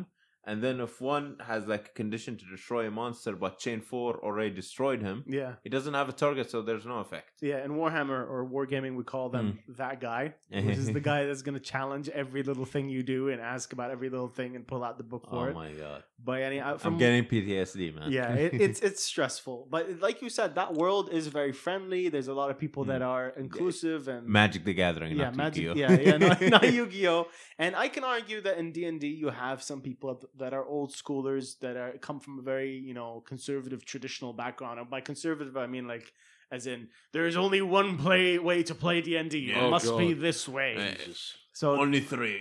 and then if one has like a condition to destroy a monster, but chain four already destroyed him,
Yeah.
it doesn't have a target, so there's no effect.
Yeah, in Warhammer or Wargaming, we call them
Mm.
that guy, which is the guy that's going to challenge every little thing you do and ask about every little thing and pull out the book for
Oh
it.
my god!
But any, uh, from,
I'm getting PTSD, man.
yeah, it, it's it's stressful. But like you said, that world is very friendly. There's a lot of people that
Mm.
are inclusive and
Magic the Gathering,
yeah,
not
magic,
Yu-Gi-Oh.
yeah, yeah, not, not Yu-Gi-Oh. And I can argue that in D and D, you have some people that are old schoolers that are come from a very you know conservative traditional background. And by conservative, I mean like as in there is only one play way to play D and D. It
Oh,
must be
God. Eh,
this way.
Jesus.
So
Only three.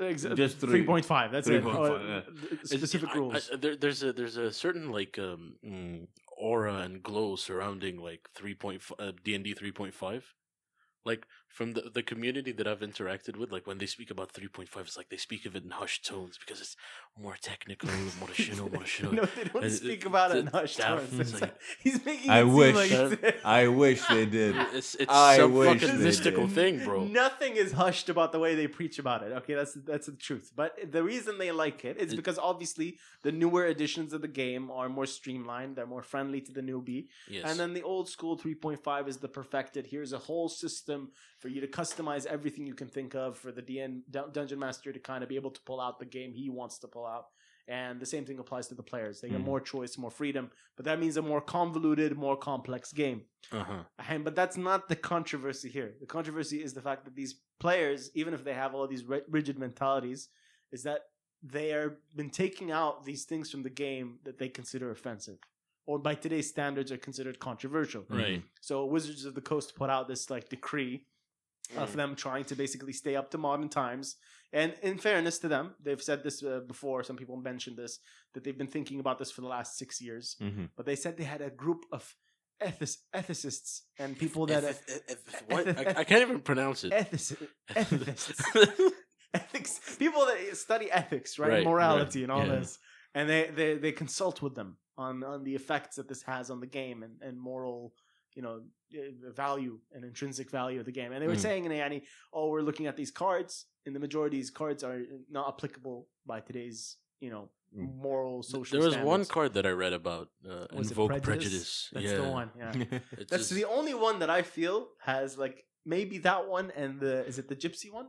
ex-
just three.
three point five. That's it.
3.5,
Or,
yeah.
th- Specific
I- I-
rules.
there, there's a there's a certain like um, mm, aura and glow surrounding like three point uh, D and D three point five. Like from the, the community that I've interacted with, like when they speak about three point five, it's like they speak of it in hushed tones because it's more technical, morishino, morishino.
no, they don't
Uh,
speak about it in
th-
hushed
that
tones.
feels
It's
like-
like- He's making.
I
it seem
wish
like
that-
I wish they did.
It's it's
I
some
wish
fucking
they
mystical
did.
thing, bro.
Nothing is hushed about the way they preach about it. Okay, that's that's the truth. But the reason they like it is
It-
because obviously the newer editions of the game are more streamlined, they're more friendly to the newbie.
Yes.
And then the old school 3.5 is the perfected. Here's a whole system system for you to customize everything you can think of for the DN Dun- dungeon master to kind of be able to pull out the game he wants to pull out. And the same thing applies to the players. They get
Hmm.
Mhm.
more choice, more freedom, but that means a more convoluted, more complex game.
Uh-huh.
Ahem, But that's not the controversy here. The controversy is the fact that these players, even if they have all these ri- rigid mentalities, is that they are been taking out these things from the game that they consider offensive, or by today's standards are considered controversial.
Right.
So Wizards of the Coast put out this like decree of them trying to basically stay up to modern times. And in fairness to them, they've said this uh, before. Some people mentioned this that they've been thinking about this for the last six years
Mhm.
but they said they had a group of ethis, ethicists and people that
Eth- eth- eth- what?
eth-
I, I can't even pronounce it.
ethics,
Ethicists.
ethics people that study ethics, right,
Right,
morality
right,
and all
yeah.
this, and they, they they consult with them on on the effects that this has on the game and and moral. You know, eh, value and intrinsic value of the game, and they were
Mm.
saying, in Annie, oh, we're looking at these cards, and the majority of these cards are not applicable by today's, you know,
Mm.
moral social.
Hmm. there was one
standards."
card that I read about uh,
Was it
invoke
Prejudice?
prejudice.
That's
yeah.
the one. Yeah.
It's
That's
just-
the only one that I feel has like maybe that one and the is it the gypsy one?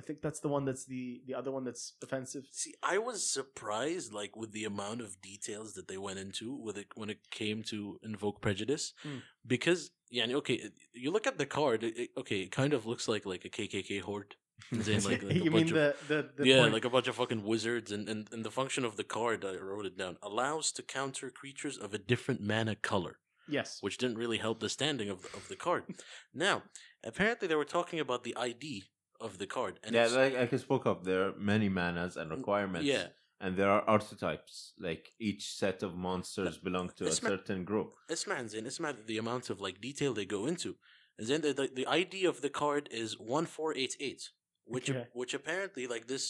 I think that's the one that's the the other one that's offensive.
See, I was surprised, like with the amount of details that they went into with it when it came to invoke prejudice,
Mm.
because yeah, and okay, it- you look at the card, it, it- okay, it kind of looks like like a KKK horde. As in, like, like a
you mean
bunch of,
the the, the
yeah,
point-
like a bunch of fucking wizards, and, and and the function of the card, I wrote it down, allows to counter creatures of a different mana color
yes.
which didn't really help the standing of of the card. now, apparently, they were talking about the ID of the card, and
yeah,
it's-
like, like I spoke of, there are many manas and requirements.
yeah,
And there are archetypes. Like each set of monsters belong to a
it's ma-
certain group.
it's man, Zain, it's mad the amount of like detail they go into. And then the, the, the ID of the card is one four eight eight, which
Okay.
which apparently like this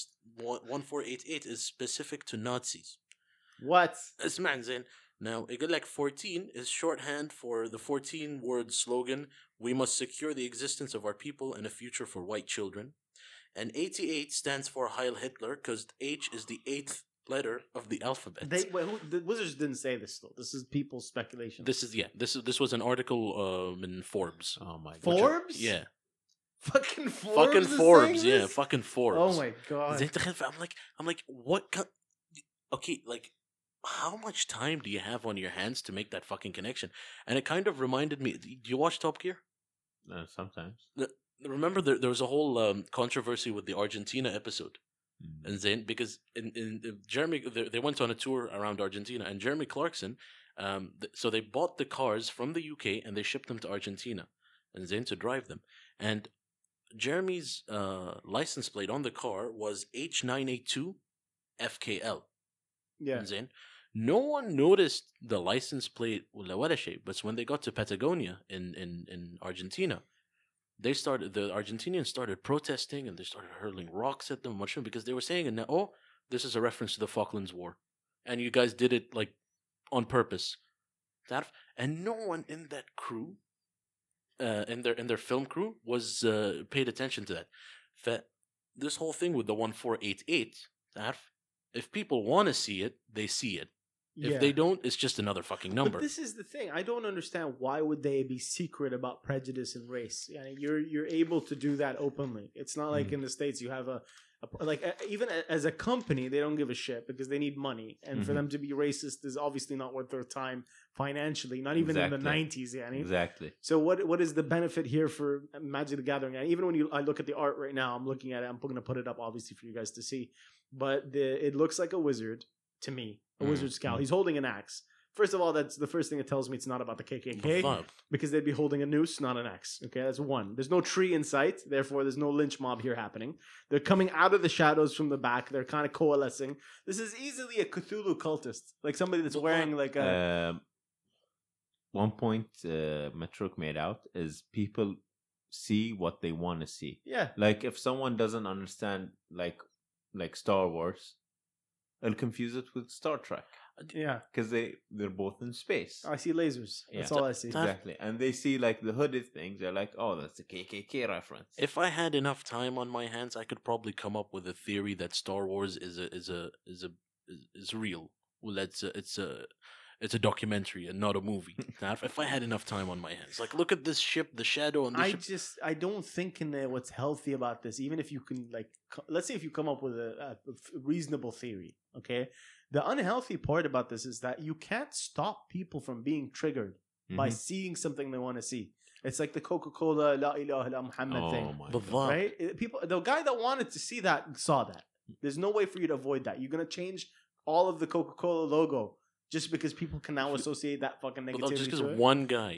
one four eight eight is specific to Nazis.
What?
It's man, Zain. Now, like fourteen is shorthand for the fourteen word slogan: "We must secure the existence of our people and a future for white children." And eighty-eight stands for Heil Hitler because H is the eighth letter of the alphabet.
They wait, who, the Wizards didn't say this though. This is people's speculation.
this is yeah. This is this was an article um, in Forbes.
Oh my
Four? Forbes?
Yeah.
fucking Forbes.
fucking
is saying
Forbes, yeah,
this?
fucking Forbes.
Oh my god.
Zintergev- I'm like, I'm like, what? Co- okay, like, how much time do you have on your hands to make that fucking connection? And it kind of reminded me. Do you watch Top Gear?
Uh, sometimes.
Remember, there, there was a whole um, controversy with the Argentina episode,
Mm.
and Zayn because in, in, in Jeremy they, they went on a tour around Argentina, and Jeremy Clarkson, um, th- so they bought the cars from the UK and they shipped them to Argentina, and Zayn to drive them, and Jeremy's uh, license plate on the car was H982 FKL.
Yeah.
زين. No one noticed the license plate ولا ولا شيء, but when they got to Patagonia in, in, in Argentina, they started the Argentinians started protesting and they started hurling rocks at them mushroom because they were saying and oh, this is a reference to the Falklands War. And you guys did it like on purpose. That and no one in that crew uh, in their in their film crew was uh, paid attention to that. That this whole thing with the 1488 تعرف, if people want to see it, they see it.
yeah.
If they don't, it's just another fucking number.
But this is the thing. I don't understand why would they be secret about prejudice and race. I mean, you're you're able to do that openly. It's not like
Mhm.
in the states you have a, a like uh, even a- as a company they don't give a shit because they need money, and for
Mhm.
them to be racist is obviously not worth their time financially. Not even in the
Exactly.
'90s, yeah. I mean,
Exactly.
so what what is the benefit here for Magic the Gathering? And even when you I look at the art right now, I'm looking at it. I'm going to put it up obviously for you guys to see. But the, it looks like a wizard to me, a
Mm.
wizard scowl. He's holding an axe. First of all, that's the first thing that tells me it's not about the KKK because they'd be holding a noose, not an axe. Okay, that's one. There's no tree in sight, therefore there's no lynch mob here happening. They're coming out of the shadows from the back. They're kind of coalescing. This is easily a Cthulhu cultist, like somebody that's
But
wearing like a
Um one point uh, Matruk made out is people see what they want to see.
yeah.
Like if someone doesn't understand like like Star Wars, they'll confuse it with Star Trek
Yeah,
because they they're both in space.
I see lasers. That's
Yeah.
all I see.
Exactly, and they see like the hooded things. They're like, "Oh, that's a KKK reference."
If I had enough time on my hands, I could probably come up with a theory that Star Wars is a is a is a is real. Well, it's a, it's a It's a documentary and not a movie. Now, if, if I had enough time on my hands, like look at this ship, the shadow on this
I
ship.
just I don't think in there what's healthy about this. Even if you can like, co- let's say if you come up with a, a f- reasonable theory, okay. The unhealthy part about this is that you can't stop people from being triggered
Mm-hmm.
Mm-hmm.
by seeing something they want to see. It's like the Coca Cola La Ilaha Illa Muhammad
oh
thing,
my Mm.
The
God.
vibe.
right? It- People, the guy that wanted to see that saw that. There's no way for you to avoid that. You're gonna change all of the Coca Cola logo just because people can now associate that fucking
But
oh,
that's
negativity.
just because
to it.
one guy,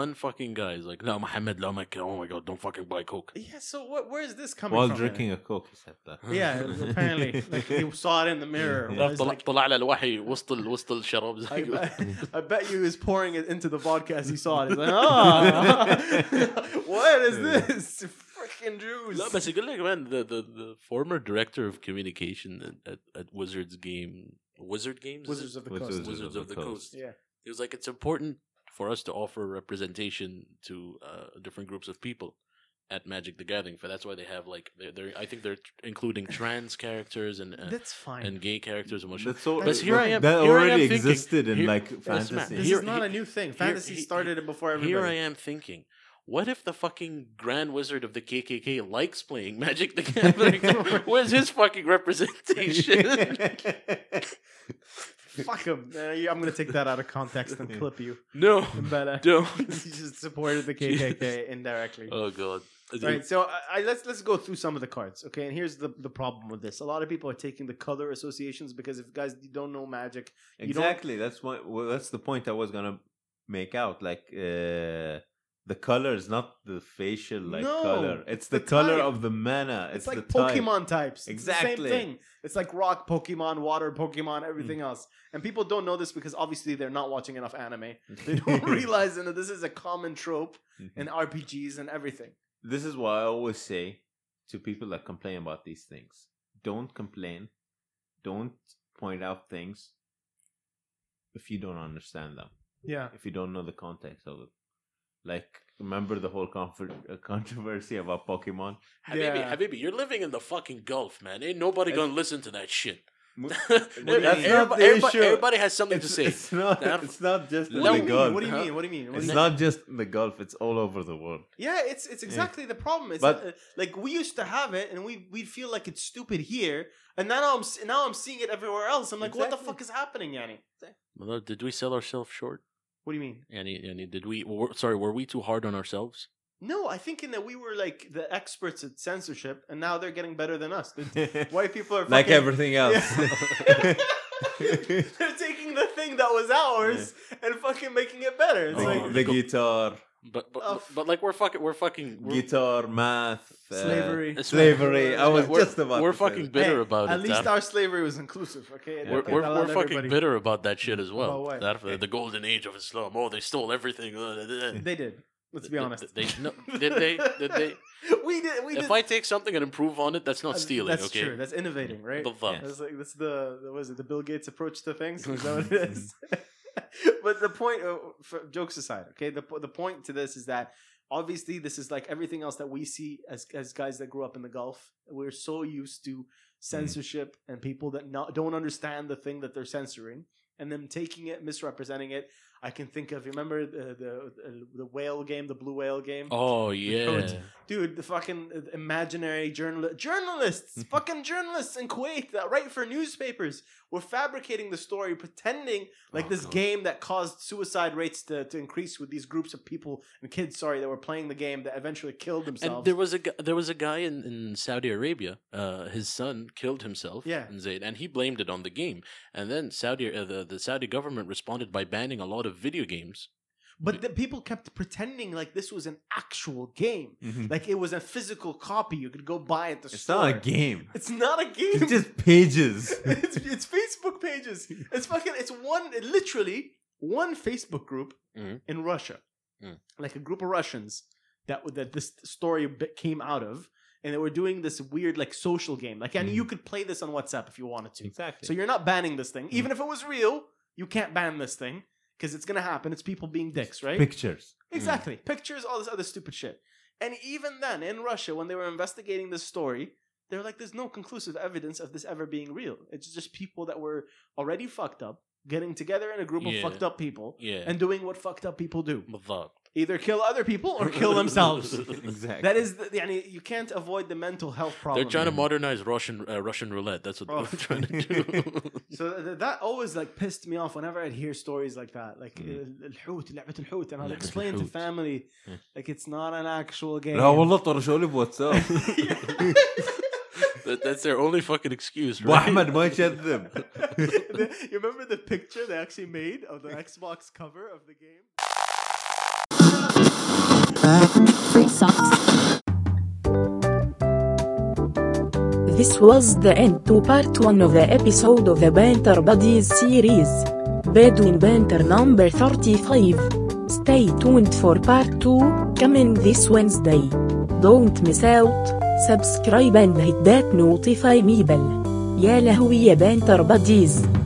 one fucking guy is like, no, Mohammed, no, Mecca, oh my god, don't fucking buy Coke.
yeah. So what? Where is this coming
While
from? man?
drinking a coke, he said that.
Yeah, apparently. Like you saw it in the mirror.
Yeah.
It was
طلع
like-
طلع على الوحي وسط ال- وسط الشراب
I,
زي-
bet, I bet you he was pouring it into the vodka as he saw it. It's like, oh, what is this? Freaking juice.
لا بس يقول لك man the, the, the former director of communication at, at, at Wizards game Wizard Games is
Wizards
it?
of the
Which
Coast.
was-
Wizards of the Coast
Yeah.
it was like it's important for us to offer representation to uh, different groups of people at Magic the Gathering for that's why they have like they're, they're I think they're tr- including trans characters and and,
That's fine.
and gay characters and whatnot.
That's so,
But
here I am-
That
here I
already
am thinking,
existed in
here-
like
Yes, man.
this
fantasy.
here-
is not a new thing. Fantasy
here-
started it before everybody.
Here I am thinking, what if the fucking Grand Wizard of the KKK likes playing Magic the Gathering? Where's his fucking representation?
Fuck him. Uh, you- I'm going to take that out of context and clip you.
no,
But uh, he
don't.
just supported the KKK indirectly.
Oh god.
Right, so I, I, let's let's go through some of the cards, okay? And here's the the problem with this: a lot of people are taking the color associations because if guys you don't know magic, You don't-
exactly. That's why. Well, that's the point I was gonna make out. Like uh, the color is not the facial like
No,
color. It's the,
the
color
type.
of the mana.
it's,
It's,
like
the type.
Pokemon types. It's the
Exactly.
same thing. It's like rock Pokemon, water Pokemon, everything else. And people don't know this because obviously they're not watching enough anime. They don't realize that this is a common trope in RPGs and everything.
this is why I always say to people that complain about these things: don't complain, don't point out things if you don't understand them.
Yeah,
if you don't know the context of it. Like, remember the whole confer- uh, controversy about Pokemon?
Habibi,
Yeah.
Habibi, you're living in the fucking Gulf, man. Ain't nobody
It's-
gonna listen to that shit.
Mo-
Everybody-
that's not the
everybody,
issue.
everybody has something to
It's,
say.
it's not.
That-
It's not just in
what
No,
do
the
you
Gulf.
mean? What do you
huh?
mean? What do you mean? What do
It's
you mean?
not just in the Gulf. It's all over the world.
Yeah, it's it's exactly the problem. It's
But-
uh, like we used to have it, and we we feel like it's stupid here, and now I'm s- now I'm seeing it everywhere else. I'm like, what the
Exactly.
fuck is happening, Yanni?
Well, Did we sell ourselves short?
What do you mean?
Any, any, did we? Were, sorry, were we too hard on ourselves?
No, I think in that we were like the experts at censorship, and now they're getting better than us. They're- White people are
like
fucking-
everything else.
Yeah. they're taking the thing that was ours and fucking making it better. It's
the,
like
Oh.
the guitar,
But but,
Oh,
but, like we're fucking we're fucking we're,
guitar, math, uh,
slavery.
it's-
slavery. I was
we're-
just about.
we're
to say
fucking
that.
bitter
Hey,
about
At
it.
least
Daf.
our slavery was inclusive. Okay, It
we're
fucking
we're,
allowed
we're fucking
everybody-
bitter about that shit as well.
About what?
Daf, the- the golden age of Islam. Oh, they stole everything. Let's
They did. Let's be honest.
They, no, did they? Did they?
we did. We
If
did.
I take something and improve on it, that's not
Uh,
stealing.
That's
okay.
true. That's innovating, right?
The fuck.
That's like that's the what is it? The Bill Gates approach to things. Is that what it is? but the point, uh, for, jokes aside, okay. The po- the point to this is that obviously this is like everything else that we see as as guys that grew up in the Gulf. We're so used to
Mm-hmm.
censorship and people that not, don't understand the thing that they're censoring and them taking it, misrepresenting it. I can think of remember the the, the whale game, the blue whale game
Oh yeah.
Codes. dude the fucking uh, imaginary journal journalists fucking journalists in kuwait that write for newspapers were fabricating the story pretending like
Oh,
this
God.
game that caused suicide rates to, to increase with these groups of people and kids sorry that were playing the game that eventually killed
And
themselves
there was a gu- there was a guy in, in Saudi Arabia. Uh, his son killed himself.
Yeah.
in Zayd, and he blamed it on the game. And then Saudi uh, the the Saudi government responded by banning a lot of video games.
but the people kept pretending like this was an actual game
Mhm.
like it was a physical copy you could go buy at the
It's
store
not a game.
it's not a game
It's just pages.
it's, it's Facebook pages. It's fucking. It's one literally one Facebook group
Mhm.
in Russia,
Mm.
like a group of Russians that that this story bit came out of, and they were doing this weird like social game. Like, and
Mm.
you could play this on WhatsApp if you wanted to.
exactly.
So you're not banning this thing, even if it was real. You can't ban this thing because it's gonna happen. It's people being dicks, right?
pictures.
Hmm.
Exactly. Pictures, all this other stupid shit. And even then, in Russia, when they were investigating this story, they're like, there's no conclusive evidence of this ever being real. It's just people that were already fucked up, getting together in a group
Yeah.
of fucked up people
yeah Hmm.
and doing what fucked up people do
بالضبط.
either kill other people or kill themselves.
exactly.
that is, the, yani, you can't avoid the mental health problem.
They're trying to
Yeah.
modernize Russian uh, Russian roulette. That's what
Oh.
they're trying to do.
So th- that always like pissed me off whenever I'd hear stories like that, like
Hmm.
uh,
Mm.
الحوت لعبة الحوت, and I'd
لعبة
explain to
الحوت.
family
Yeah.
like it's not an actual game.
لا والله طرشوا لي بواتساب
That- that's their only fucking excuse,
ابو
right?
احمد ما يكذب
The- you remember the picture they actually made of the Xbox cover of the game?
free socks. This was the end to part 1 of the episode of the Banter Buddies series. Bedouin Banter number 35. Stay tuned for part 2, coming this Wednesday. Don't miss out, subscribe and hit that notify me bell. يا لهوي يا بانتر باديز